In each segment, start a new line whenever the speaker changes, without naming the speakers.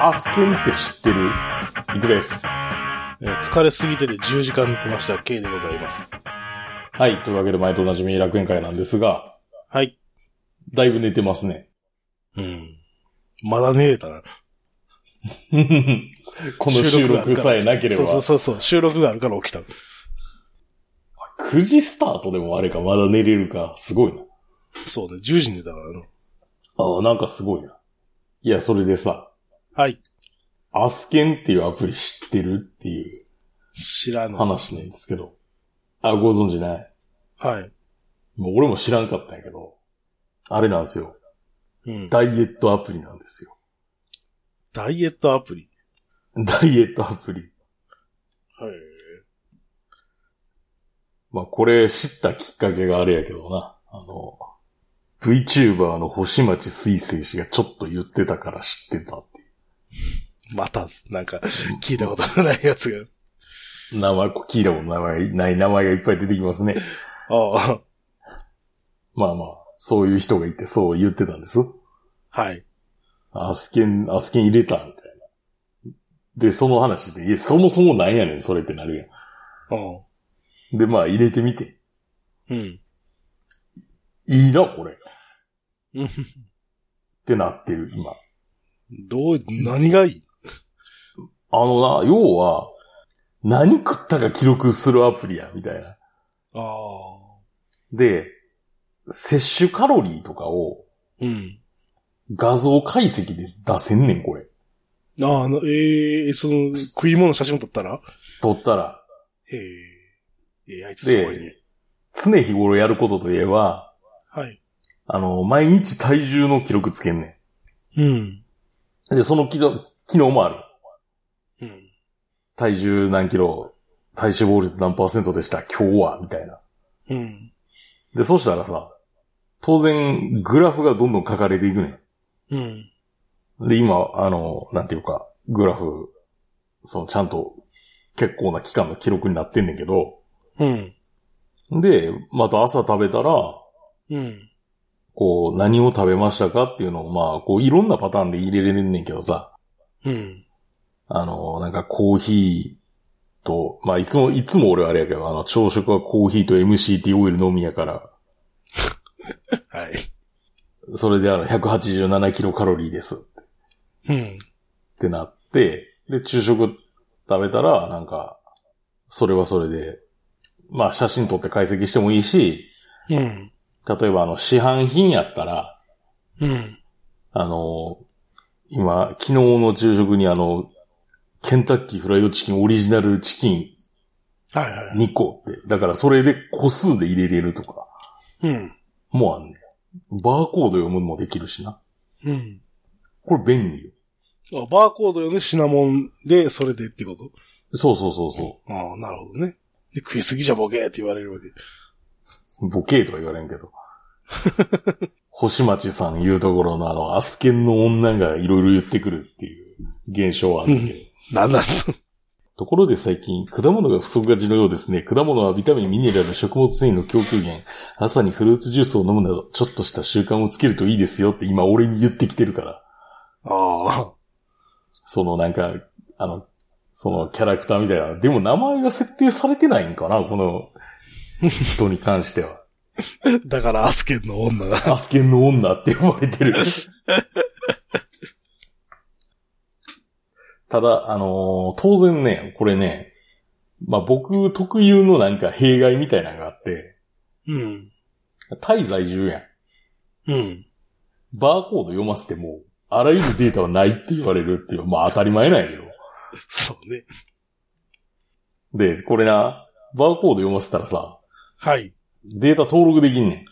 アスケンって知ってるいくです。
えー疲れすぎてて10時間見てました。K でございます。
はい。というわけで、毎度おなじみ楽園会なんですが、
はい。
だいぶ寝てますね。
うん。まだ寝れたな。
この収録さえなければ、
そうそうそうそう。収録があるから起きた。
9時スタートでもあれか、まだ寝れるか、すごいな。
そうね。10時に寝たからな。
ああ、なんかすごいな。いや、それでさ、
はい。
アスケンっていうアプリ知ってるっていう
知らない。
話なんですけど、あ、ご存知ない
はい。
もう俺も知らんかったんやけど、あれなんですよ。
うん。
ダイエットアプリなんですよ。
ダイエットアプリ。
ダイエットアプリ。
はい。
まあ、これ知ったきっかけがあれやけどな。あの、VTuber の星町水星氏がちょっと言ってたから知ってたってい
また、なんか、聞いたことのないやつが。
う。名前、聞いたこと名前ない名前がいっぱい出てきますね。
あ
まあまあ、そういう人がいてそう言ってたんです。
あ。はい。
アスケン、アスケン入れたみたいな。で、その話で、いや、そもそもなんやねん、それってなる
う
やん。で、まあ、入れてみて。
ん。うん。
いいな、これ。っ
うん
てなってる、今。
どう、何がいい
あのな、要は、何食ったか記録するアプリや、みたいな。
ああ。
で、摂取カロリーとかを
うん。
画像解析で出せんねん、これ。
ああ、なええその、食い物写真撮ったら
撮ったら。
へえ。ええあいつすごいね
で。、常日頃やることといえば、
はい。
あの、毎日体重の記録つけんね
うん。
ん。で、その機能機能もある。
うん。
体重何キロ、体脂肪率何パーセントでした、今日は、みたいな。
うん。
で、そうしたらさ、当然、グラフがどんどん書かれていくね
うん。
ん。で、今、あの、なんていうか、グラフ、その、ちゃんと、結構な期間の記録になってんねんけど、
うん。
で、また朝食べたら、
うん。
こう、何を食べましたかっていうのを、まあ、こう、いろんなパターンで入れれんねんけどさ、
うん。
あの、なんかコーヒーと、まあ、いつも、いつも俺はあれやけど、あの、朝食はコーヒーと MCT オイルのみやから、
はい。
それであの、187キロカロリーです
うん。
ってなって、で、昼食食べたら、なんか、それはそれで、まあ、写真撮って解析してもいいし、
うん。
例えばあの、市販品やったら、
うん。
あの、今、昨日の昼食にあの、ケンタッキーフライドチキンオリジナルチキン
はいはい。
2個って、だからそれで個数で入れれるとか、
うん。
もうあんねん。バーコード読むのもできるしな。
うん。
これ便利よ。
あ、バーコードよね、シナモンで、それでってこと
そうそうそうそう。
ああ、なるほどね。で、食いすぎじゃボケーって言われるわけ。
ボケーとは言われんけど。星町さん言うところのあの、アスケンの女がいろいろ言ってくるっていう現象はあるんだけど。
なんなんす
ところで最近、果物が不足がちのようですね。果物はビタミン、ミネラル、食物繊維の供給源。朝にフルーツジュースを飲むなど、ちょっとした習慣をつけるといいですよって今俺に言ってきてるから。
ああ。
そのなんか、あの、そのキャラクターみたいな。でも名前が設定されてないんかなこの人に関しては。
だから、アスケンの女が。
アスケンの女って呼ばれ てる。ただ、あのー当然ね、これね、まあ、僕特有のなんか弊害みたいなのがあって、
うん。
タイ在住やん。
うん。
バーコード読ませても、あらゆるデータはないって言われるっていう、まあ当たり前なんやけど。
そうね。
で、これな、バーコード読ませたらさ、
はい。
データ登録できんね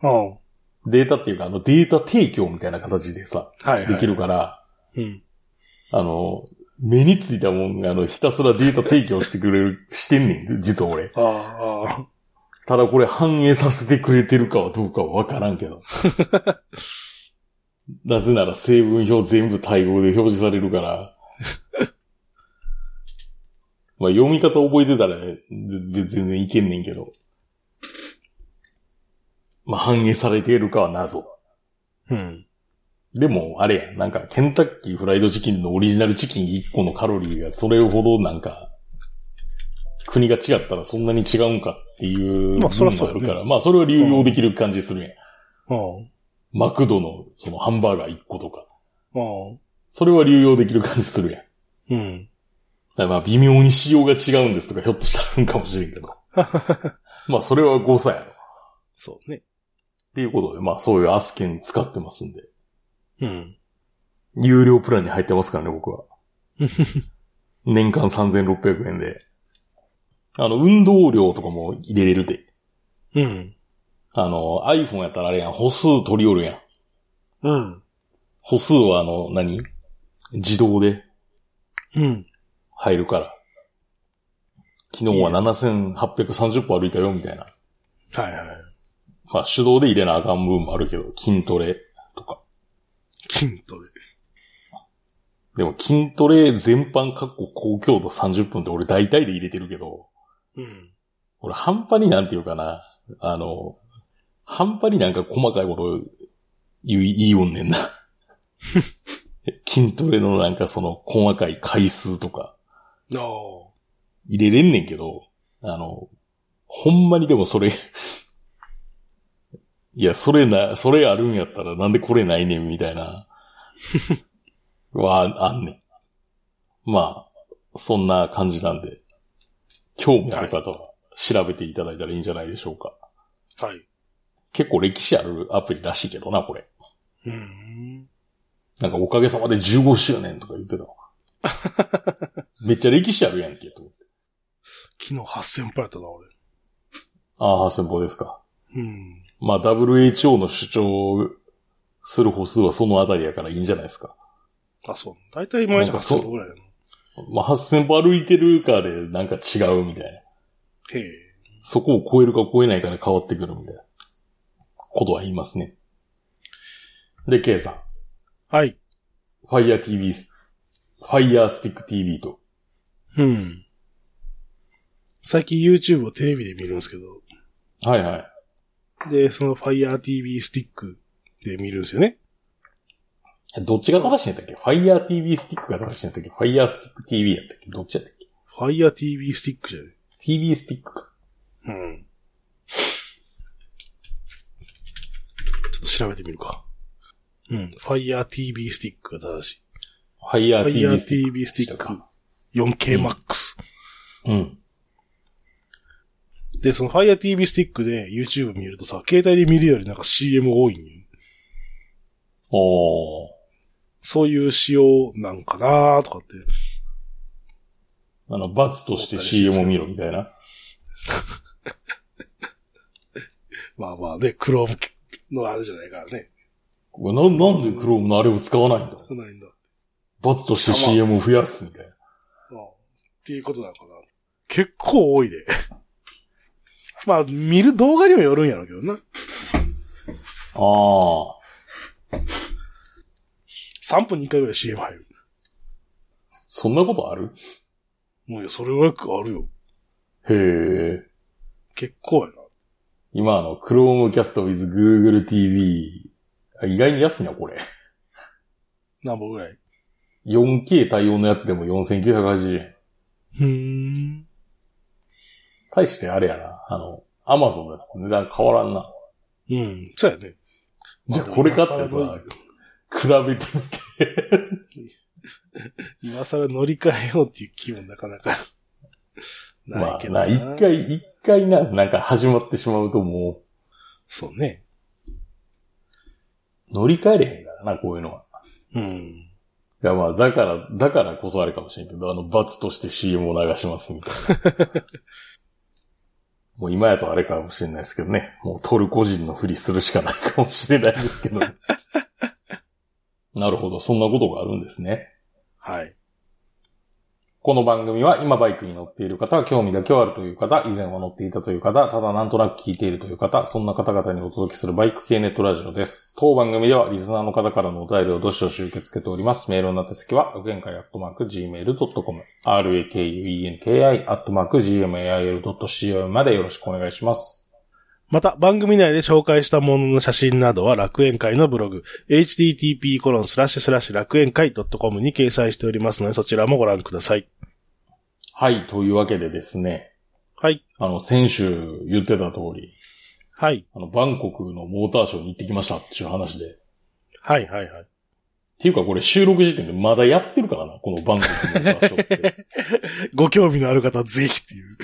ああ。は
ん。データっていうか、あの、データ提供みたいな形でさ、
い、はい。
できる。から、
うん。
あの、目についたもんが、あの、ひたすらデータ提供してくれる、 してんねん、実は俺。
ああ、ああ。
ただこれ反映させてくれてるかはどうかはわからんけど。 なぜなら成分表全部対応で表示されるから。 まあ読み方覚えてたらね、ぜ全然いけんねんけど。まあ反映されているかは謎。
うん。
でも、あれや、なんか、ケンタッキーフライドチキンのオリジナルチキン1個のカロリーがそれほどなんか、国が違ったらそんなに違うんかっていう。
まあそらそ
あ
うや
る
ね
から、まあそれを流用できる感じするやん。
うん。
マクドのそのハンバーガー1個とか。
うん。
それは流用できる感じするやん。だ
うん。
からまあ微妙に仕様が違うんですとかひょっとしたらあるんかもしれんけ ど。まあそれは誤差やろ。っ
そうね。
ていうことで、まあそういうアスケン使ってますんで。
うん。
有料プランに入ってますからね、僕は。年間3600円で。あの、運動量とかも入れれるで。
うん。
あの、iPhone やったらあれやん、歩数取り寄るやん。
うん。
歩数はあの、何自動で
うん。
入るから。昨日は7830歩歩いたよ、みたいな。
はいはい。
まあ、手動で入れなあかん部分もあるけど、筋トレとか。
筋トレ。
でも筋トレ全般かっこ高強度30分って俺大体で入れてるけど、
うん。
俺半端になんていうかな、あの、半端になんか細かいこと言い、言いよんねんな。筋トレのなんかその細かい回数とか
ああ。
入れれんねんけど、あの、ほんまにでもそれ、 いや、それな、それあるんやったらなんでこれないねんみたいな、は、あんねん。まあ、そんな感じなんで、興味ある方は調べていただいたらいいんじゃないでしょうか。
はい。
結構歴史あるアプリらしいけどな、これ。
うん。
なんかおかげさまで15周年とか言ってたわめっちゃ歴史あるやんけ、と。
昨日8000歩やったな、俺。
ああ、先方ですか。
うん。
まあ WHO の主張する歩数はそのあたりやからいいんじゃないですか。
あ、そう。大体毎
なん
日
かそう
8000歩ぐらいやな。
まあ8000歩歩いてるかでなんか違うみたいな。
へえ。
そこを超えるか超えないかで変わってくるみたいなことは言いますね。で、K さん。
はい。
Fire TV、Fire Stick TV と。
うん。最近 YouTube をテレビで見るんですけど、
はいはい。
で、その Fire TV スティックで見るんですよね。
どっちが正しいんやったっけ ?Fire TV スティックが正しいんやったっけ ?Fire スティック TV やったっけどっちやったっけ
Fire TV スティックじゃね
?TV スティックか。
うん。ちょっと調べてみるか。うん。Fire TV スティックが正しい。
Fire TV
Fire
スティック。
TV スティック 4K Max。
うん。
で、その Fire TV スティックで YouTube 見るとさ、携帯で見るよりなんか CM 多いんよ
おー。
そういう仕様なんかなーとかって。
あの、罰として CM を見ろみたいな。
まあまあね、Chrome のあれじゃないからね。
うわななんで Chrome のあれを使わないんだ
ないんだ。
罰として CM を増やすみたいな。
ああっていうことなのかな。結構多いで。 まあ、見る動画にもよるんやろうけどな。
あー。
3分に1回ぐらい CM 入る。
そんなことある
もうよ、それぐらいあるよ。
へー。
結構やな。
今あの、Chromecast with Google TV。あ意外に安いな、これ。
何本ぐらい。
4K 対応のやつでも4980円。
うーん。
対してあれやな。あの、アマゾンのやつ値段変わらんな。
うん。そうやね。
じゃあこれ買って
まあ
さ
でも今、更
比べてみて。
今更乗り換えようっていう気もなかなか、な
ま
い
あ
けどな。
な、一。回、一回な、なんか始まってしまうとも
そうね。
う、乗り換えれへんからな、こういうのは。
うん。
いやまあ、だから、だからこそあれかもしれんけど、あの、罰として CM を流しますみたいな。もう今やとあれかもしれないですけどね。もうトルコ人のふりするしかないかもしれないですけど。なるほど、そんなことがあるんですね。
はい。
この番組は今バイクに乗っている方、興味が今日あるという方、以前は乗っていたという方、ただなんとなく聞いているという方、そんな方々にお届けするバイク系ネットラジオです。当番組ではリスナーの方からのお便りをどしどし受け付けております。メールの宛先は、無限会アットマーク gmail.com、rakuenki アットマーク gmail.co までよろしくお願いします。
また、番組内で紹介したものの写真などは楽園会のブログ、http コロンスラッシュスラッシュ楽園会 .com に掲載しておりますので、そちらもご覧ください。
はい、というわけでですね、
はい。
あの、先週言ってた通り、
はい。
あの、バンコクのモーターショーに行ってきましたっていう話で。っ
はい、はい、はい。
ていうかこれ収録時点でまだやってるからな、このバンコクのモーターショー って。
ご興味のある方はぜひっていう。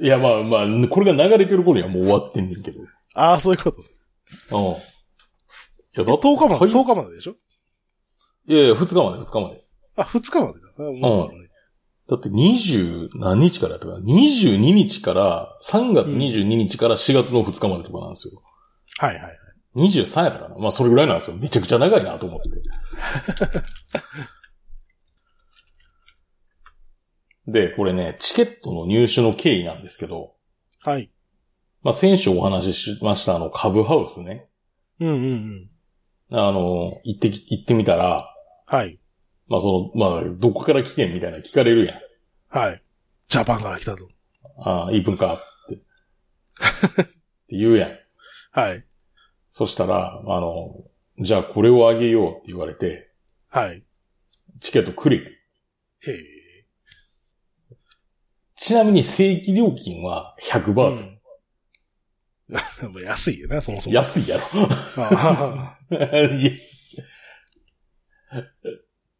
いや、まあまあ、これが流れてる頃にはもう終わってんねんけど。うん。い
ああ、そういうこと。
や、だって
10日まで、
はい
10日まででしょ
いやいや、2日まで、2日まで。
あ、2日までだ。あもう
だって20何日からやったかな ?22 日から、3月22日から4月の2日までとかなんですよ。
はい、はい。
23やったかなまあそれぐらいなんですよ。めちゃくちゃ長いなと思って。 で、これね、チケットの入手の経緯なんですけど、
はい。
まあ先週お話ししましたあの株ハウスね。
うん、うん、うん。
あの、行ってき、行ってみたら、
はい。
まあその、まあどこから来てんみたいなの聞かれるやん。
はい。ジャパンから来たと。
ああ、いい文化って。って言うやん。
はい。
そしたら、あの、じゃあこれをあげようって言われて、
はい。
チケットくれて。
へえ。
ちなみに正規料金は100バーツ。
うん まあ安いよな、そもそも。
安いや
ああ
ろ。 いや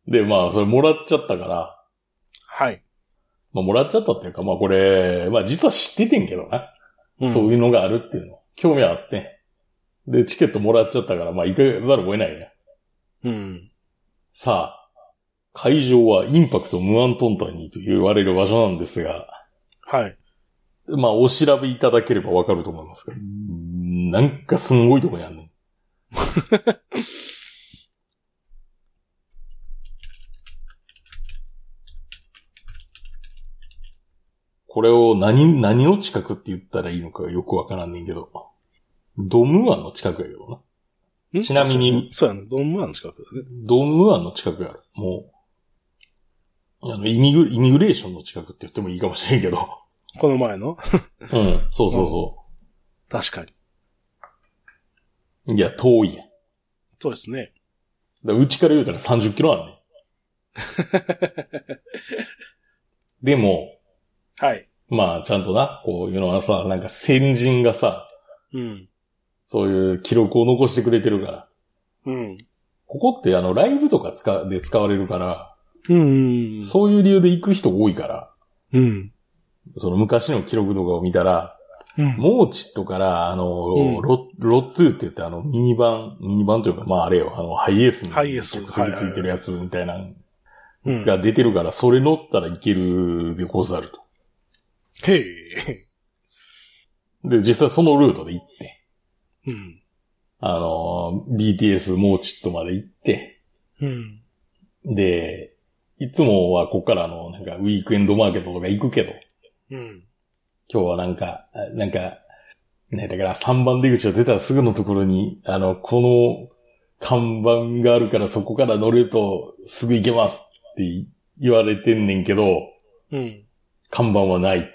で、まあ、それもらっちゃったから、
はい。
まあ、もらっちゃったっていうか、まあ、これ、まあ、実は知っててんけどな。そう
うん。
いうのがあるっていうの。興味はあってん。で、チケットもらっちゃったから、まあ、行かざるを得ないね。
うん。
さあ、会場はインパクト無安トンタニーと言われる場所なんですが、
はい。
まあ、お調べいただければわかると思いますけど、うーんなんかすんごいとこにあんねん。 これを何、何の近くって言ったらいいのかよくわからんねんけど、ドムアンの近くやけどな。
ん
ちなみに。
そうやね。ドンムアンの近くだね。
ドムアンの近くやろ。もう、あの、イミグ、イミグレーションの近くって言ってもいいかもしれんけど。
この前の
うん、そうそうそう。
確かに。
いや、遠いやん。
そうですね。
だからうちから言うたら30キロあんね ん。でも、
はい。
まあ、ちゃんとな、こういうのはさ、なんか先人がさ、
うん。
そういう記録を残してくれてるから。
うん。
ここってあの、ライブとか使うで使われるから、
うん。
そういう理由で行く人多いから、
うん。
その昔の記録とかを見たら、
うん。
モーチットから、あの、
ん
ロロッツーって言ってあの、ミニバン、ミニバンというか、まああれよ、あの、ハイエースに
ハイエース
直接ついてるやつみたいなの
うん。
が出てるから、それ乗ったらいけるでござると。
へえ。
で、実際そのルートで行って、
うん。
あの、BTS モーチットまで行って、
うん。
で、いつもはこっからあの、なんかウィークエンドマーケットとか行くけど、
うん。
今日はなんか、あなんか、ね、だから3番出口を出たらすぐのところに、あの、この看板があるからそこから乗るとすぐ行けますって言われてんねんけど、
うん。
看板はないって。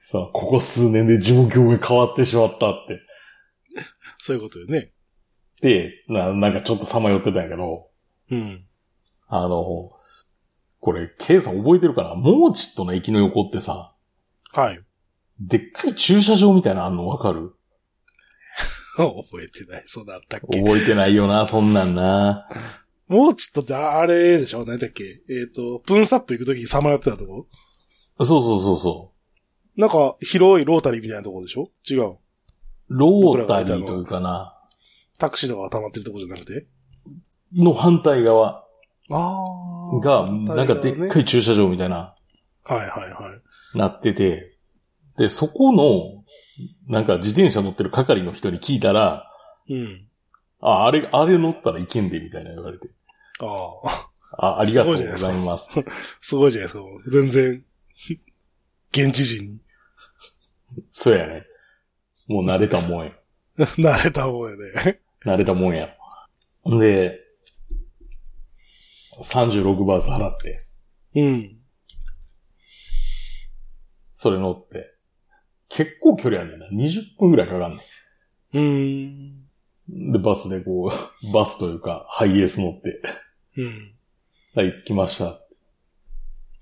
さあ、ここ数年で状況が変わってしまったって。
そういうことよね。
で、ななんかちょっとさまよってたんやけど、
うん。
あの、これ、ケイさん覚えてるかなモーチットの駅の横ってさ、
はい。
でっかい駐車場みたいなのあんのわかる
覚えてない。そうだったっけ
覚えてないよな、 そんなんな。
もうちょっとってあれでしょ何だっけえっ、と、プーンサップ行くときにさまよってたとこ
そうそうそうそ
なんか、広いロータリーみたいなとこでしょ違う。
う。ロータリーというかな、
タクシーとかが溜まってるとこじゃなくて
の反対側
ああ
が、なんかでっかい駐車場みたいな、
はいはいはい。
なってて、で、そこの、なんか自転車乗ってる係の人に聞いたら、
うん。
あ、あれ、あれ乗ったらいけんで、みたいな言われて。
ああ。
あ、ありがとうございます。
すごいじゃないですか。全然。現地人に
そうやね。もう慣れたもんや。
慣れた方やね。
慣れたもんや。んで、36バーツ払って。
うん。
それ乗って。結構距離あるんだよな。20分ぐらいかかんの。
うーん。
で、バスでこう、 バスというか、ハイエース乗って、
うん。
はい、着きました。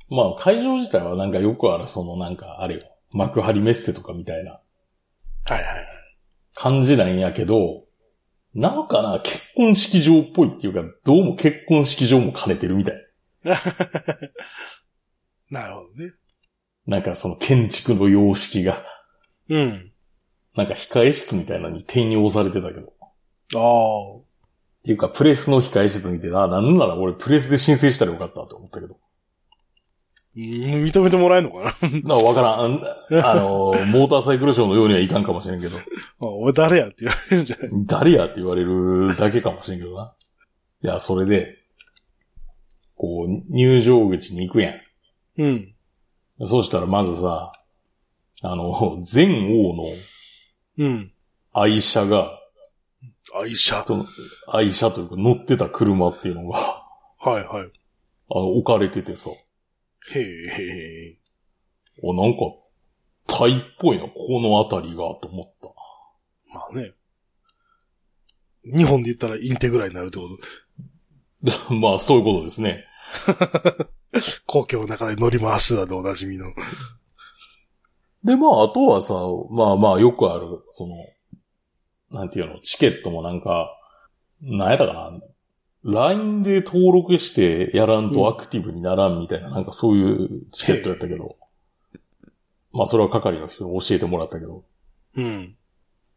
まあ、会場自体はなんかよくある、そのなんか、あれよ、幕張メッセとかみたいな
はいはい。
感じなんやけど、なんかな、結婚式場っぽいっていうか、どうも結婚式場も兼ねてるみたい。
なるほどね。
なんかその建築の様式が、
うん。
なんか控え室みたいなのに転用されてたけど。っ
ああ。
ていうか、プレスの控え室見て、あ、なんなら俺プレスで申請したらよかったと思ったけど。
うん認めてもらえるのか
な、
な
わからんあん。あのー、モーターサイクルショーのようにはいかんかもしれんけど。
あ俺誰やって言われるんじゃない
誰やって言われるだけかもしれんけどな。いや、それで、こう、入場口に行くや
うん。
ん。そしたらまずさ、あの、前王の
うん。
愛車が、
愛車。
その、愛車というか乗ってた車っていうのが、あ
はいはい。
の、置かれててさ、
へえへえ。
お、なんか、タイっぽいな、この辺りが、と思った。
まあね。日本で言ったらインテぐらいになるってこ と。
まあ、そういうことですね。
皇居の中で乗り回してたでおなじみの。
で、まあ、あとはさ、まあまあ、よくある、その、なんていうの、チケットもなんか、なんやったかな、LINE で登録してやらんとアクティブにならんみたいな、なんかそういうチケットやったけど、まあ、それは係の人に教えてもらったけど、
うん。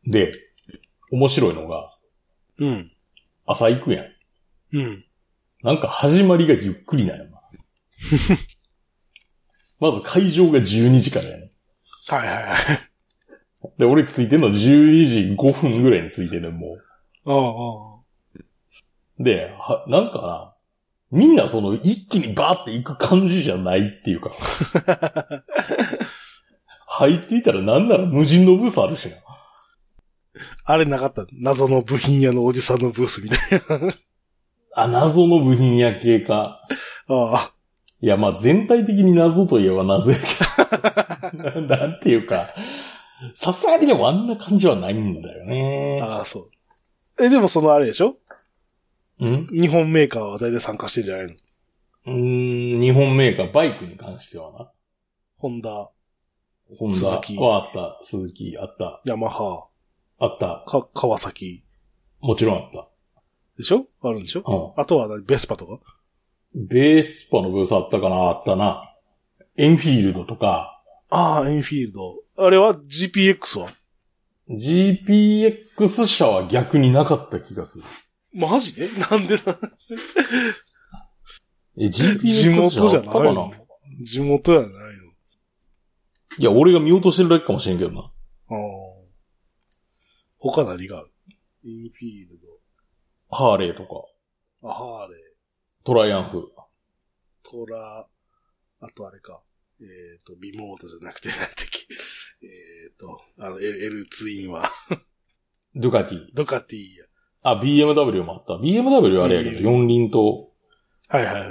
で、面白いのが、
うん。
朝行くやん。
うん。
なんか始まりがゆっくりなんやな。 まず会場が12時からやね。
はいはいはい。
で、俺ついてんの12時5分ぐらいについてんねん、も
ああ、あ
う。で、は、なんかな、みんなその一気にバーって行く感じじゃないっていうかさ。入っていたらなんなら無人のブースあるしな。
あ。あれなかった。謎の部品屋のおじさんのブースみたい
あ、謎の部品や系か。
な。ああ。
いや、まあ全体的に謎といえば謎やけど。なんていうか、さすがにでもあんな感じはないんだよね。
ああ、そう。え、でもそのあれでしょ
うん
日本メーカーは大体参加してんじゃない
う
の
ーん、日本メーカー、バイクに関してはな。
ホンダ、
ホンダ
鈴木
はあった。鈴木、あった。
ヤマハ、
あった。
か、川崎
もちろんあっ
でしょあるんでしょ
た。う
あとは何ベスパとか
ん。ベースパのブースあったかなあったな。エンフィールドとか、
ああ、エンフィールド。あれは GPX は
GPX 車は逆になかった気がする。
マジでなんでな
え、
地
GPX
元
車
じ
あ
ゃ
った
ない
かな
の地元じゃないの
いや、俺が見落としてるだけかもしれんけどな。
ああ。他何があるインフィール
ハーレーとか、
ド、あハーレー、
トライアンフ。
トラ、あとあれか、えっ、と、ビモートじゃなくて、なんだっけ、えっ、と、あの、L, L ツインは、
ドゥカティ。
ドカティや。
あ、BMW もあった。BMW あれやけど、四輪と
はいはいはい。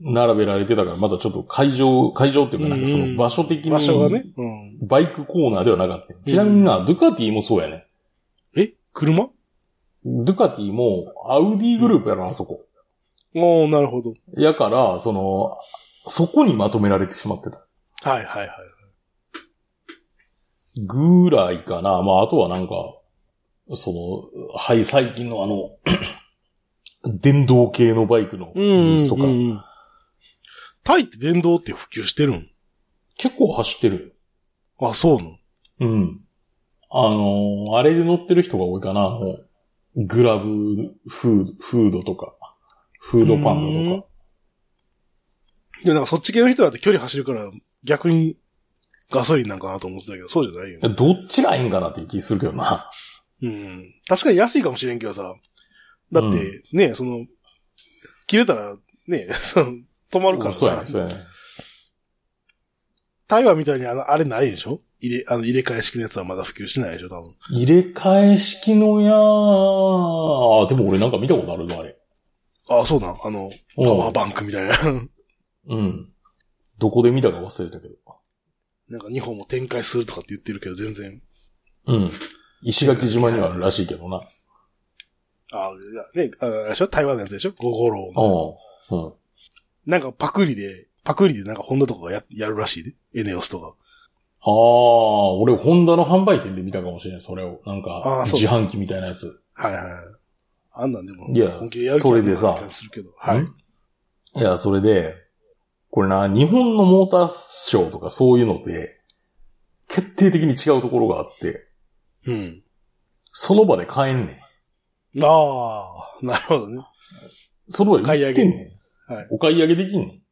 並べられてたから、まだちょっと会場、会場っていうか、なんかそ
うんう
の
ん
場所的に、
場所がね、うん。
バイクコーナーではなかった。ちなみにな、ドゥカティもそうやね。
え車
ドゥカティも、アウディグループやろ、あそこ。
おおなるほど。
やから、その、そこにまとめられてしまってた。
はいはいはい。
ぐらいかな。まあ、あとはなんか、その、はい、最近のあの、 電動系のバイクのブースとか、
うん。タイって電動って普及してるん
結構走ってる。
あ、そうなの
うん。あのーあれで乗ってる人が多いかな。あのグラブフード、フードとか、フードパンダとか。
いや、なんかそっち系の人だって距離走るから、逆にガソリンなんかなと思ってたけど、そうじゃないよね。
どっちがいいんかなっていう気するけどな。
うん。確かに安いかもしれんけどさ。だって、ね、その、切れたら、ね、 その、止まるから
そうや
さ
ね、。そうやね。
台湾みたいにあの、あれないでしょ入れ、あの、入れ替え式のやつはまだ普及してないでしょ多分。
入れ替え式のやー。あでも俺なんか見たことあるぞ、あれ。
ああ、そうなんあの、パワーバンクみたいな。
うん。どこで見たか忘れたけど。
なんか2本も展開するとかって言ってるけど、全然。
うん。石垣島にはあるらしいけどな。
ああ、ね、ああれでしょ台湾のやつでしょゴゴロ
う
ウ。
ん。うん。
なんかパクリで、パクリでなんかホンダとかがややるらしいで。エネオスとか。
ああ、俺、ホンダの販売店で見たかもしれない、それを。なん
あ
か
ー、そう
自販機みたいなやつ。
はいはいはい。あんなんでも、
いや
本気でやる
それでさ
気がするけどはい。
いや、それで、これな、日本のモーターショーとかそういうので、決定的に違うところがあって、
うん。
その場で買えんねん。
ああ、なるほどね。
その場で売ってんねん。
はい
お買い上げできんねん。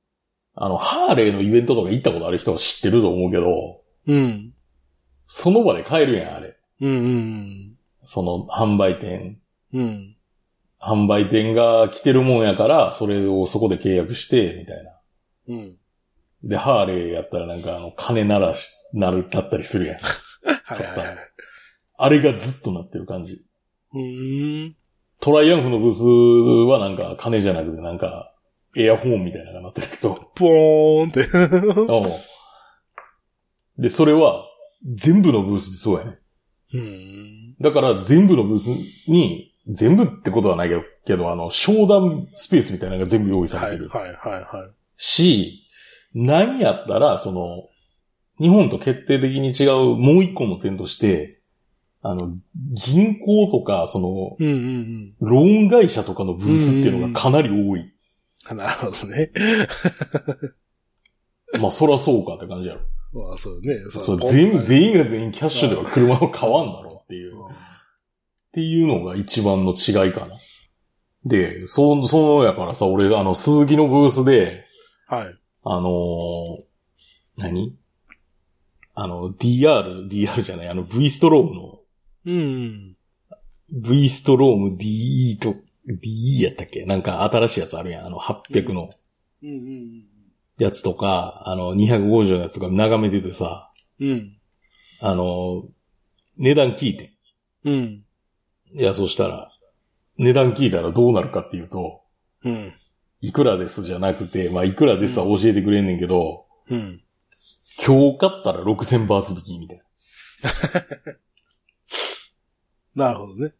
あの、ハーレーのイベントとか行ったことある人は知ってると思うけど、
うん。
その場で買えるやん、あれ。
うんうん
その、販売店。
うん。うん。
販売店が来てるもんやから、それをそこで契約して、みたいな。
うん。
で、ハーレーやったらなんか、あの、金ならし、なる、だったりするやん。
はいはいはい。
あれがずっとなってる感じ。
うーん。
トライアンフのブースはなんか、金じゃなくてなんか、エアホーンみたいなのがなってるけど。
ポーンって。
うんで、それは、全部のブースでそうやね。
うん。
だから、全部のブースに、全部ってことはないけど、けど、あの、商談スペースみたいなのが全部用意さ
は
れて
いはい
る。
はいは
し、何やったら、その、日本と決定的に違うもう一個の点として、あの、銀行とか、そ
い。うんうん
の、ローン会社とかのブースっていうのがかなり多い。
うん。なるほどね。
まあ、そらそうかって感じやろ。
まあそうね。
そう全員、
員。
全員が全員キャッシュでは車を買わんだろうっていう。っていうのが一番の違いかな。で、そ、そうやからさ、俺、あの、鈴木のブースで、
はい。
あのー何あの、DR、DR じゃない、あの、V ストロームの、
うん。
V ストローム DE と、DE やったっけなんか新しいやつあるやん。あの、800の
うんうん
やつとか、あの、250のやつとか眺めててさ、
うん。うん。
あの、値段聞いて
うん。
ん。いや、そしたら、値段聞いたらどうなるかっていうと、
うん。
いくらですじゃなくて、まあ、いくらですは教えてくれんねんけど、
うん。
今日買ったら6000バーツ引きみたいな。
なるほどね。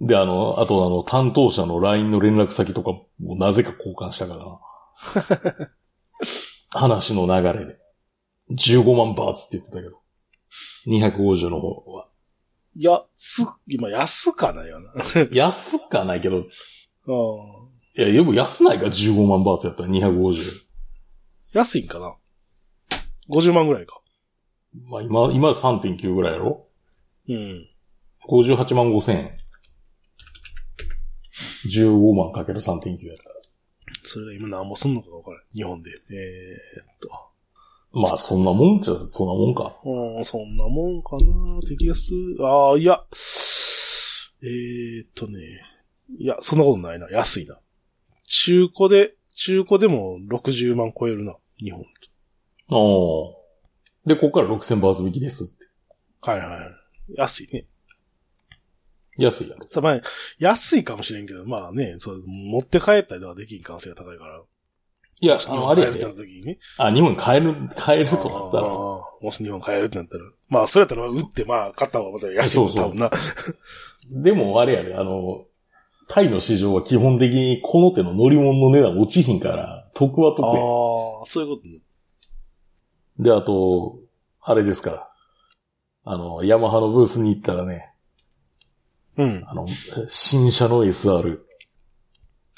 で、あの、あとあの、担当者の LINE の連絡先とかもなぜか交換したからな。話の流れで。15万バーツって言ってたけど。250の方は。
安、今安かなよな。あ
安かないけど、
あ。
いや、よく安ないか15万バーツやったら250。
安いんかな ?50 万ぐらいか。
まあ今、今3.9ぐらいやろ
うん。
58万5千円。15万かける3.9やったら。
それが今何もすんのかわからん。日本で。えー、っと。
まあそんなもんっちゃ、そんなもんか。
うん、そんなもんかなって気がする。ああ、いや。えーっとね。いや、そんなことないな。安いな。中古で、中古でも60万超えるな。日本。
ああ。で、ここから6000バーツ引きですって。
はいはい。安いね。
安いやろ。
たまに、安いかもしれんけど、まあね、そう、持って帰ったりとかできん可能性が高いから。
いや、
日
あの、あれ
本帰
や
るってな
で
っ。た時にね。
あ、日本買える、買えるとなった
あ
ら。
ーもし日本帰るってなったら。まあ、それやったら、打って、まあ、買った方がまた安いもん。
そうそう
多分な。
でも、あれやで、あの、タイの市場は基本的にこの手の乗り物の値段落ちひんから、得は得
ああ
や。
ー、そういうことね。
で、あと、あれですから。あの、ヤマハのブースに行ったらね、
うん。
あの、新車の SR、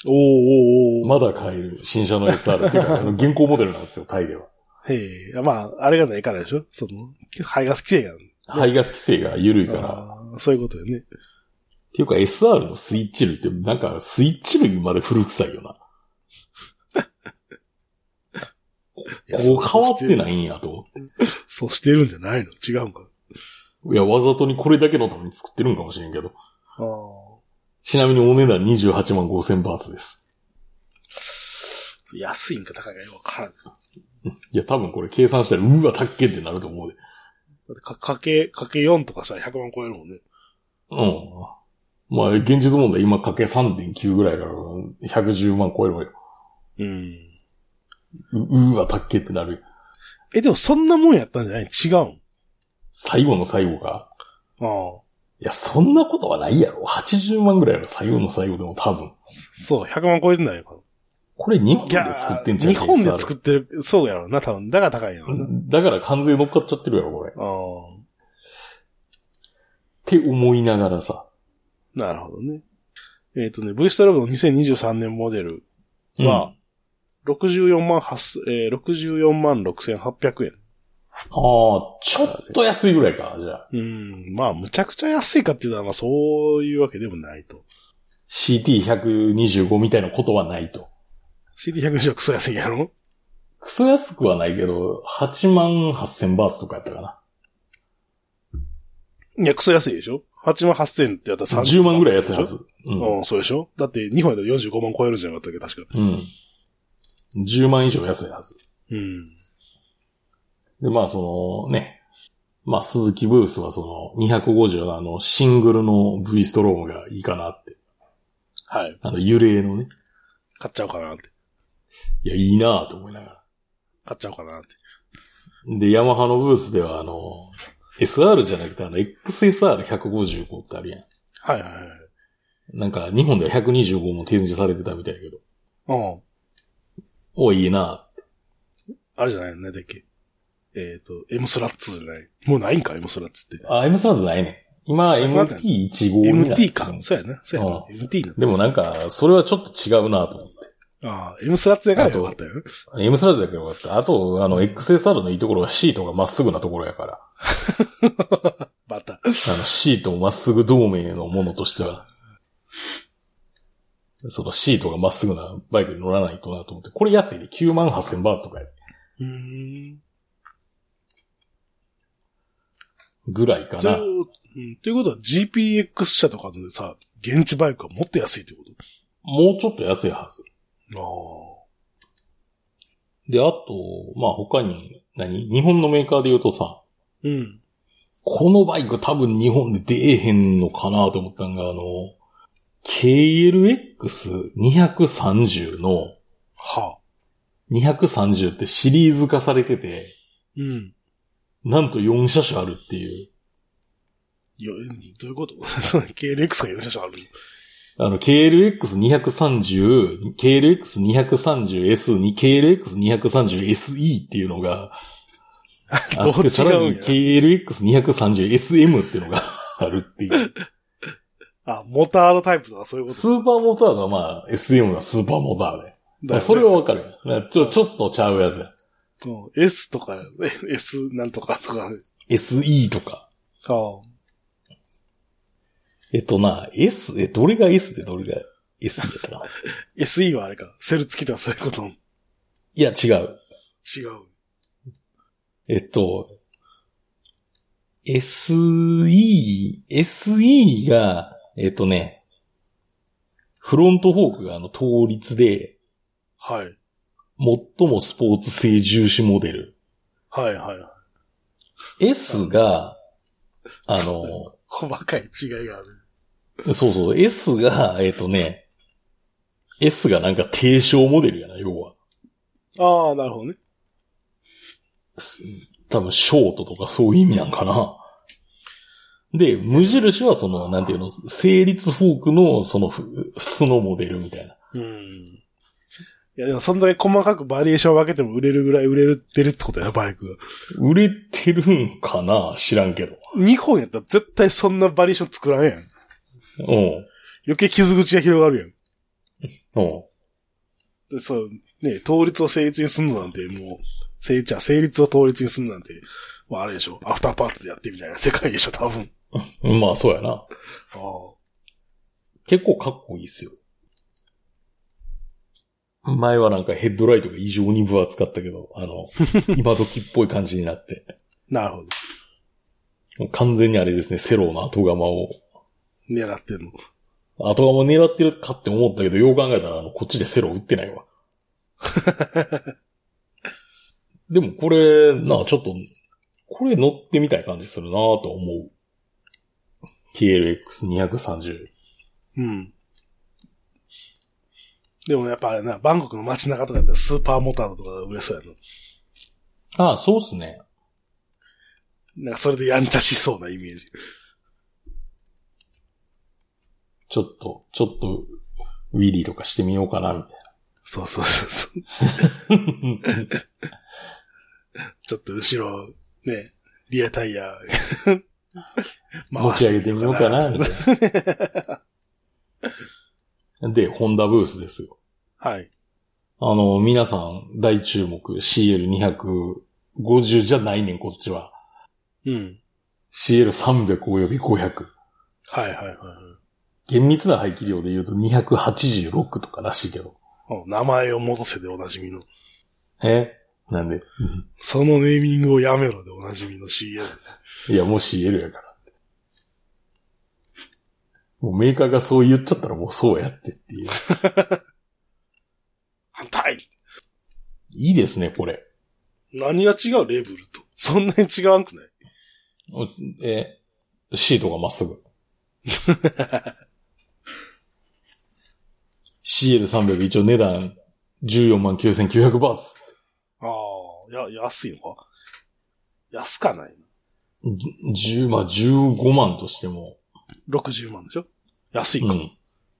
おーおーおー。
まだ買える新車の SR っていう か、あの、現行モデルなんですよ、タイでは。
へえ、まあ、あれがないからでしょその、排ガス規制がある
排ガス規制が緩いから。
あーそういうことよね。
っていうか SR のスイッチ類って、なんかスイッチ類まで古臭いよな。こう変わって
い
ないんやと思って。
や。そうしてるんじゃないの違うんか。
いや、わざとにこれだけのために作ってるんかもしれんけど。
ああ。
ちなみにお値段28万5千バーツです。
安いんか高いかよくわからん。だ
いや、多分これ計算したら、うわ、たっけってなると思うで。
ってか、かけ、かけ4とかしたら100万超えるもんね。
うん。まあ、現実問題今かけ3.9ぐらいから、110万超えるわよ。
うん。
ううわ、たっけってなるよ。
え、でもそんなもんやったんじゃない違うん。
最後の最後が。
ああ。
いや、そんなことはないやろ。80万ぐらいの最後の最後でも多分。
そう、100万超えてないのかな。
これ日本で作ってんじゃん。
日本で作
っ
ってる、そうやろうな、多分。だから高いんやろうな。
だから関税乗っかっちゃってるやろ、これ。っ
あ
て思いながらさ。
あ。なるほどね。えっ、とね、V ストラブの2023年モデルは、64万8、えー、64万6800円。
ああ、ちょっと安いぐらいか、じゃあ。
うん、まあ、むちゃくちゃ安いかっていうのは、まあ、そういうわけでもないと。
CT125 みたいなことはないと。
CD120 はクソ安いやろ
クソ安くはないけど、8万8000バーツとかやったかな。
いや、クソ安いでしょ ?8 万8000ってやったら
10万ぐらい安いは
でし
ず。
ょ。
う
うん、そうでしょだって、日本だと45万超えるんじゃなかったっけ、確か。
ん。うん。10万以上安いはず。
うん。
で、まあそのね、まあ鈴木ブースはその250のあのシングルの V ストロームがいいかなって。
はい。
あの揺れのね。
買っちゃおうかなって。
いや、いいなぁと思いなが
買っちゃおうかなって。
ら。で、ヤマハのブースではあの、SR じゃなくてあの XSR155 ってあるやん。
はいはいはい。
なんか日本では125も展示されてたみたいやけど。
うん。
お、いいな
あれじゃないのね、だっけ。えっ、と、M スラッツじゃない。もうないんか、M スラッツって。
ぁあ、M スラズないねん。今、
なんだ
MT15 になってる
MT か。そうやな。そうやな。MT な。
でもなんか、それはちょっと違うなぁと思って。
ああ、M スラッツやからよかったよ。
M スライズだけどよかった。あと、あの、XSR のいいところはシートがまっすぐなところやから。
また。
あの、シートをまっすぐ同盟のものとしては、そのシートがまっすぐなバイクに乗らないとなと思って、これ安いで9万8000バーツとかや
うん。
ぐらいか
とい
な。
う、うん、ということは GPX 車とかでさ、現地バイクはもっと安いってこ
もうちょっと安いはず。
と
で、あと、まあ、他に、何日本のメーカーで言うとさ、
ああ。うん。
このバイク多分日本で出えへんのかなと思ったんが、あの、KLX230 の、
はあ。
230ってシリーズ化されてて、
うん。
なんと4車種あるっていう。
いや、うんどういうこと そう ?KLX が4車種ある
あの、KLX230、KLX230S に KLX230SE っていうのが、あ
どう
って、さら
違うん
に
や
KLX230SM っていうのが あるっていう。
の。あ、モタードタイプとかそういうこと
スーパーモターがまあ、SM がスーパーモターで。まあ、
だよね
それはわかるよ。ちょ、ちょっとちゃうやつや。
うん S とか、 え S なんとかとか。
SE とか。
ああ。
えっとな、S、え、どれが S でどれが S だったかな。
SE はあれか。セル付きとかそういうこと。
いや、違う。
違う。
えっと、SE、SE が、えっとね、フロントフォークがあの、倒立で、
はい。
最もスポーツ性重視モデル。
はいはいはい。
S が、あ
そ
の、
細かい違いがある。
そうそう、S が、えっとね、S がなんか低床モデルやな、要は。
ああ、なるほどね。
す多分、ショートとかそういう意味なんかな。で、無印はその、なんていうの、成立フォークの、その、ふ素のモデルみたいな。
うん。いや、でもそんだけ細かくバリエーション分けても売れるぐらい売れるってるってことやな、バイク
売れてるんかな知らんけど。
が。日本やったら絶対そんなバリエーション作らんやん。
うん。
余計傷口が広がる
うん。
やん。で、そう、ね、倒立を成立にすんのなんて、もう、成立は成立を倒立にすんのなんて、まああれでしょ。アフターパーツでやってみたいな世界でしょ、多分。
まあ、そうやな。
ああ。
結構かっこいいっすよ。前はなんかヘッドライトが異常に分厚かったけど、あの、 今時っぽい感じになって。
なるほ
も
ど。
う完全にあれですね、セローの後釜を。
狙ってんの。
後釜狙ってるかって思ったけど、よう考えたら、あの、こっちでセロー打って ないわ。でもこれ、なあ、ちょっと、これ乗ってみたい感じするなぁと思う。KLX230。
うん。でもやっぱあれな、バンコクの街中とかだったらスーパーモタードとかが売れそうやな。
ああ、そうっすね。
なんかそれでやんちゃしそうなイメージ。
ちょっと、ちょっと、ウィリーとかしてみようかな、みたい
そうそうそう そう。ちょっと後ろ、ね、リアタ イヤ、
な。持ち上げてみようかな、みたいな。で、ホンダブースですよ。
はい。
あの、皆さん大注目、CL250 じゃないねん、こっちは。
うん。
CL300 および500。
はいはいはいはい。
厳密な排気量で言うと286とからしいけど。
お名前を戻せでおなじみの。
えなんで
そのネーミングをやめろでおなじみの CA です。
いや、もう CL やから。もうメーカーがそう言っちゃったらもうそうやってっていう。
反対
いいですね、これ。
何が違うレーブルと。そんなに違わんくない
おえー、シートがまっす ぐ。CL300 一応値段14万9900バーツ。
ああ、や、安いのか安かない
10、まあ15万としても。
な。60万でしょ安いうか。
ん。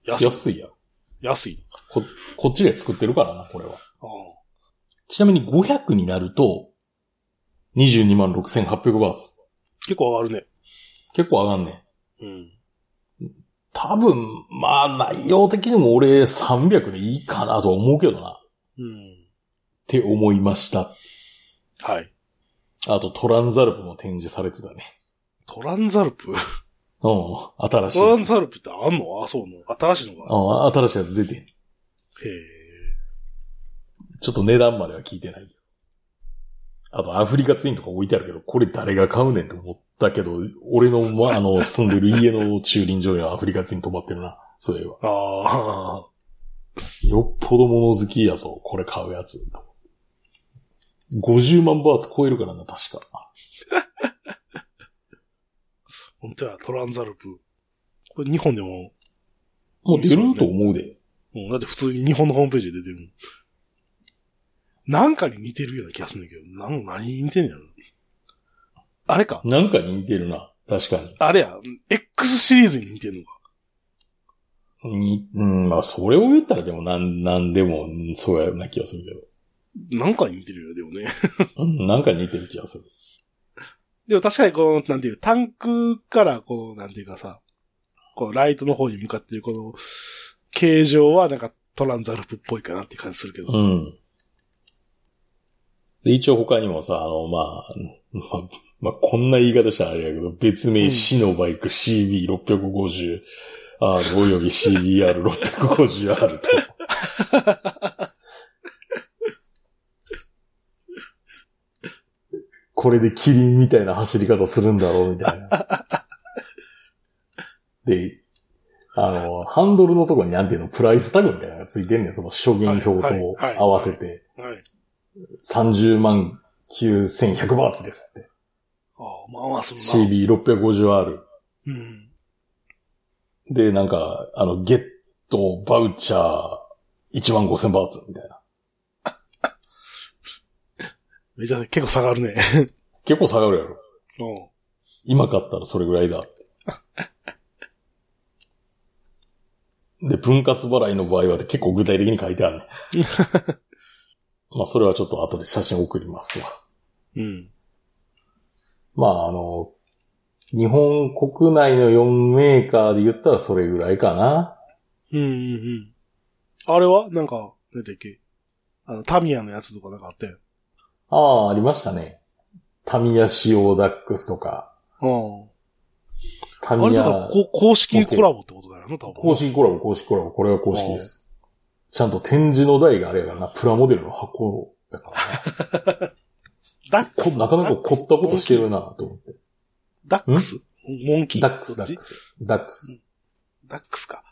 安い。
安いやろ。
安い
こ、こっちで作ってるからな、これは。
の。
ちなみに500になると、22万6800バーツ。
結構上がるね。
結構上がんねん。
うん。
多分、まあ内容的にも俺300でいいかなとは思うけどな。っ
うん。
て思いました。
はい。
あとトランザルプも展示されてたね。
トランザルプ
うん、新しい。
トランザルプってあんのあ、そうなの。新しいのかな
うん、新しいやつ出てん
へえ。
ちょっと値段までは聞いてないけど。あとアフリカツインとか置いてあるけど、これ誰が買うねんって思ったけど、俺の、ま、あの、住んでる家の駐輪場にはアフリカツイン止まってるな。そういえば。
ああ。
よっぽど物好きやぞ、これ買うやつ。50万バーツ超えるからな、確か。
本当や、トランザルプ。これ日本でも、
もう出ると思うで。
うん、だって普通に日本のホームページで出てるもん。なんかに似てるような気がするんだけど、なん、何に似てんのやろあれか。
なんかに似てるな。確かに。
あれや、X シリーズに似てんのか。
に、うん、まあ、それを言ったらでも、なん、なんでも、うんそうやな気がするけ
なんかに似てるよ、でもね。
ど。うん、なんか似てる気がする。
でも確かにこの、なんていう、タンクから、こう、なんていうかさ、こう、ライトの方に向かってるこの、形状はなんかトランザルプっぽいかなって感じするけど。
うん。で、一応他にもさ、あの、まあ、まあ、まあ、こんな言い方したらあれやけど、別
う
名
ん
死のバイク CB650R および CBR650R と。これでキリンみたいな走り方するんだろうみたいな。で、あの、ハンドルのとこになんていうの、プライスタグみたいなのがついてんねん、その諸言表と合わせて。
はい。
30万9100バーツですって。
ああ、まあまあ、そんな。
CB650R。
うん。
で、なんか、あの、ゲット、バウチャー、1万5000バーツみたいな。
めちゃ結構下がる ね。
結構下がるやろ。
うん。
今買ったらそれぐらいだって。で、分割払いの場合はって結構具体的に書いてあるね。まあ、それはちょっと後で写真送りますわ。
うん。
まあ、あの、日本国内の4メーカーで言ったらそれぐらいかな。
うんうんうん。あれはなんか、なんだっけあの、タミヤのやつとかなんかあって。
ああ、ありましたね。タミヤ仕様ダックスとか、
うん。
タ
あ
ミ
れだから
ヤ、
こ、公式コラボってことだよな、多分。
公式コラボ、公式コラボ、これは公式です。ちゃんと展示の台があれやからな、プラモデルの箱やからな。
ダック
こ
ス。
なかなか凝ったことしてるなと思って。
ダックスモンキー。
ダックス、
ど
ダ
っち
ックス。ダックス。
ダックスか。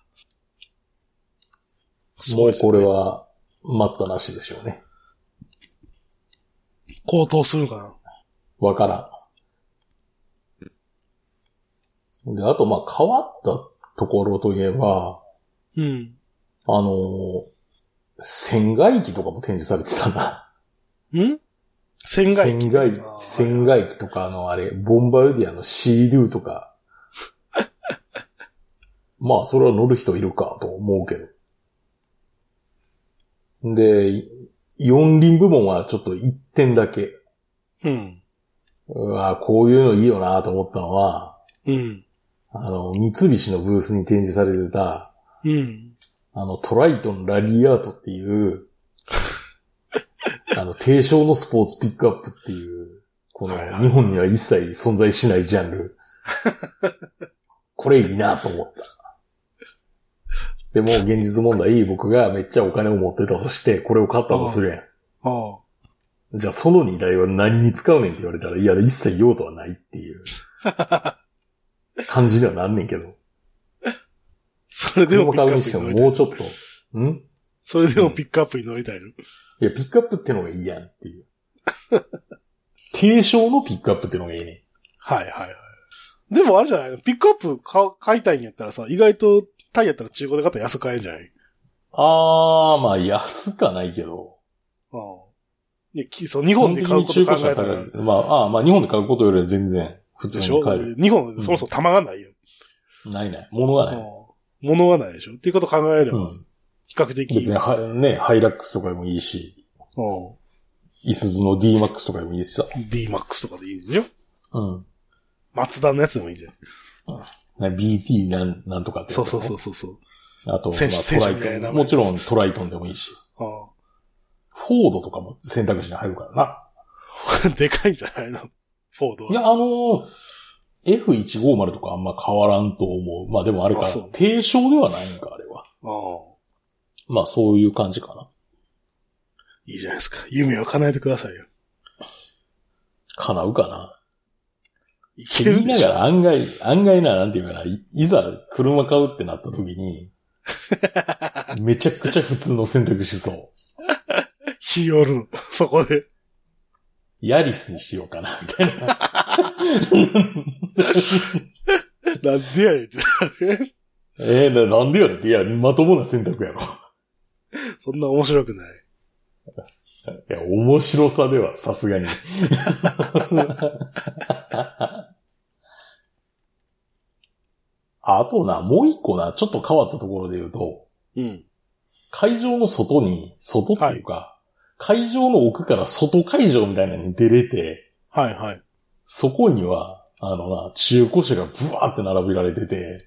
もうこれ。は、待ったなしでしょうね。
高騰するのかな
わからん。で、あと、まあ、変わったところといえば、
うん。
あのー、船外機とかも展示されてたな。
ん仙外
船外機
あー、
船外機とか、あの、あれ、ボンバルディアのシードゥとか。 まあ、それは乗る人いるかと思うけど。で、四輪部門はちょっと一点だけ。
うん。
うわこういうのいいよなと思ったのは、
うん。
あの、三菱のブースに展示されてた、
うん。
あの、トライトンラリアートって いう、あの、低床のスポーツピックアップっていう、この
はいはい
日本には一切存在しないジャンル。これいいなと思った。でも、現実問題、僕がめっちゃお金を持ってたとして、これを買ったとするやん。
ああ。
じゃあその荷台は何に使うねんって言われたら、いや、一切用途はないって いう感じにはなんねんけど。
それでも
車買
ピック
う
ア
に
ッ
して
プに乗
も
りた
も
いう
ちょっと、ん
それでもピックアップに乗りたいの。
いや、ピックアップってのがいいやんっていう。低床のピックアップってのがいいね。
はいはいはい。でもあれじゃないのピックアップ買買いたいんやったらさ、意外とタイやったら中古で買ったら安く買えんじゃない
あー、まあ安かないけど。
ああ。いや、きそう、日本で買うこと考えたら。
まあ、あーまあ日本で買うことよりは全然普通
でし
に
ょ
買える。
日本、そもそも玉がないよ。
ないない。物が
あ
ない。
あ物がないでしょっていうこと考えれ
う
ば、
ん。
比較的。
別には、ね、ハイラックスとかでもいいし、
う
イスズの DMAX とかでもいいしさ。
ん。DMAX とかでいいでしょ
うん。
マツダのやつでもいいんじゃない
ね BT なん、なんとかってやつだ
そう
ね
そうそうそうそう。
あと、まあ、
戦士
ト
戦士みた
ラ
い
イ
な
ト
名
ン。
前
もちろんトライトンでもいいし。
あ
フォードとかも選択肢に入るからな。
あでかいんじゃないのフォードは。
いや、あのー F150 とかあんま変わらんと思う。まあでもあれか
あそう、
低床ではないんか、あれは。
ああ。
まあそういう感じかな。
いいじゃないですか。夢を叶えてくださいよ。
叶うかな。
いけ
言
る
い
んで
な
し
が
ょ
ら案外、案外な、なんていうかな、いいざ車買うってなった時 に、めちゃくちゃ普通の選択しそう。
日よるの。そこで。
ヤリスにしようかな、みたいな。
なんでやねんって。
ええななんでやねんって。いや、まともな選択やろ。
そんな面白くない。
いや、面白さでは、さすがに。あとな、もう一個な、ちょっと変わったところで言うと、
うん。
会場の外に、外っていうか、会場の奥から外会場みたいなのに出れて、
はいはい。
そこには、あのな、中古車がブワーって並べられてて、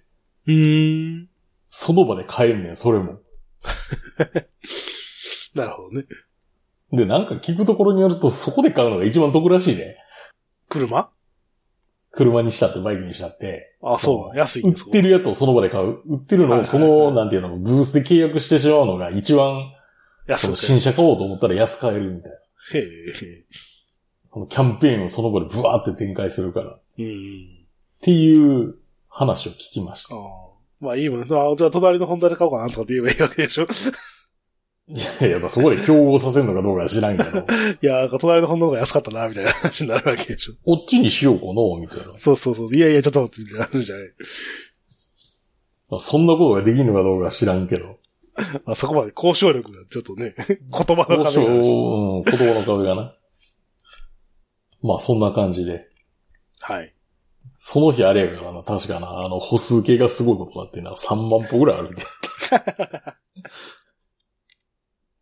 うーん。
その場で買えんねん、それも。
なるほどね。
で、なんか聞くところによると、そこで買うのが一番得らしいね。
車
車にしたって、バイクにしたって。
あ、そう。安いん
売っ
です
てるやつをその場で買う。売ってるのをそ
はいはい
の、
はい
なんていうの、ブースで契約してしまうのが一番、
安
そ
い
の。新車買おうと思ったら安買えるみたいな。
へえ。
このキャンペーンをその場でブワーって展開するから。っ
うん。
ていう話を聞きまし
あ
た。
あ。まあいいもん。あじゃあ隣のホンダで買おうかなとかって言えばいいわけでしょ。
いやいや、まあそこで競合させるのかどうかは知らんけ ど、
いや、隣のホンダの方が安かったな、みたいな話になるわけでしょ。
こっちにしようかな、みたいな。
そうそうそう。いやいや、ちょっと待って、みたいな話じゃない。
まあそんなことができるのかどうかは知らんけど。
あそこまで交渉力がちょっとね、 言葉の
交渉、
壁があるし。
うん、子供の壁がな。まあそんな感じで。
はい。
その日あれやからな、確かな、あの、歩数計がすごいことになってな、3万歩ぐらい歩いてる。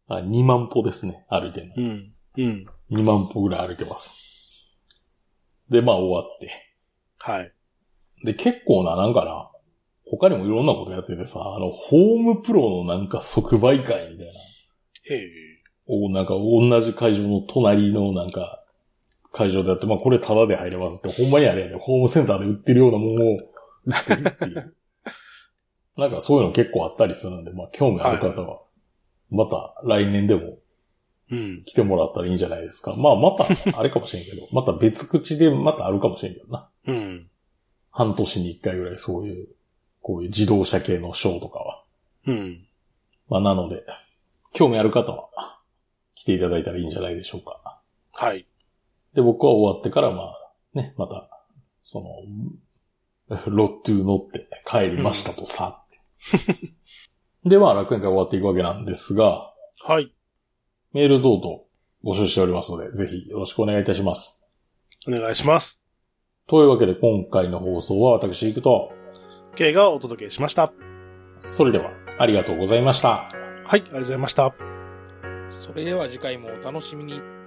あ、2万歩ですね、歩いてる
うん。うん。
の。2万歩ぐらい歩いてます。で、まあ終わって。
はい。
で、結構な、なんかな、他にもいろんなことやっててさ、あの、ホームプロのなんか即売会みたいな。
へえ。
お、なんか同じ会場の隣のなんか、会場であって、まあこれタダで入れますって、ほんまにあれやで、ホームセンターで売ってるようなものを売ってるって いう。なんかそういうの結構あったりするんで、まあ興味ある方は、また来年でも
うん。
来てもらったらいいんじゃないですか。まあまた、あれかもしれんけど、 また別口でまたあるかもしれんけどな。
うん。
半年に一回ぐらいそういう、こういう自動車系のショーとかは。
うん。
まあなので、興味ある方は来ていただいたらいいんじゃないでしょうか。
はい。
で、僕は終わってから、まあ、ね、また、その、ロットゥ乗って帰りましたとさ。で、まあ、楽園会終わっていくわけなんですが、
はい。
メールどうぞ募集しておりますので、ぜひよろしくお願いいたします。
お願いします。
というわけで今回の放送は私行くと、
K がお届けしました。
それではありがとうございました。
はい、ありがとうございました。
それでは次回もお楽しみに。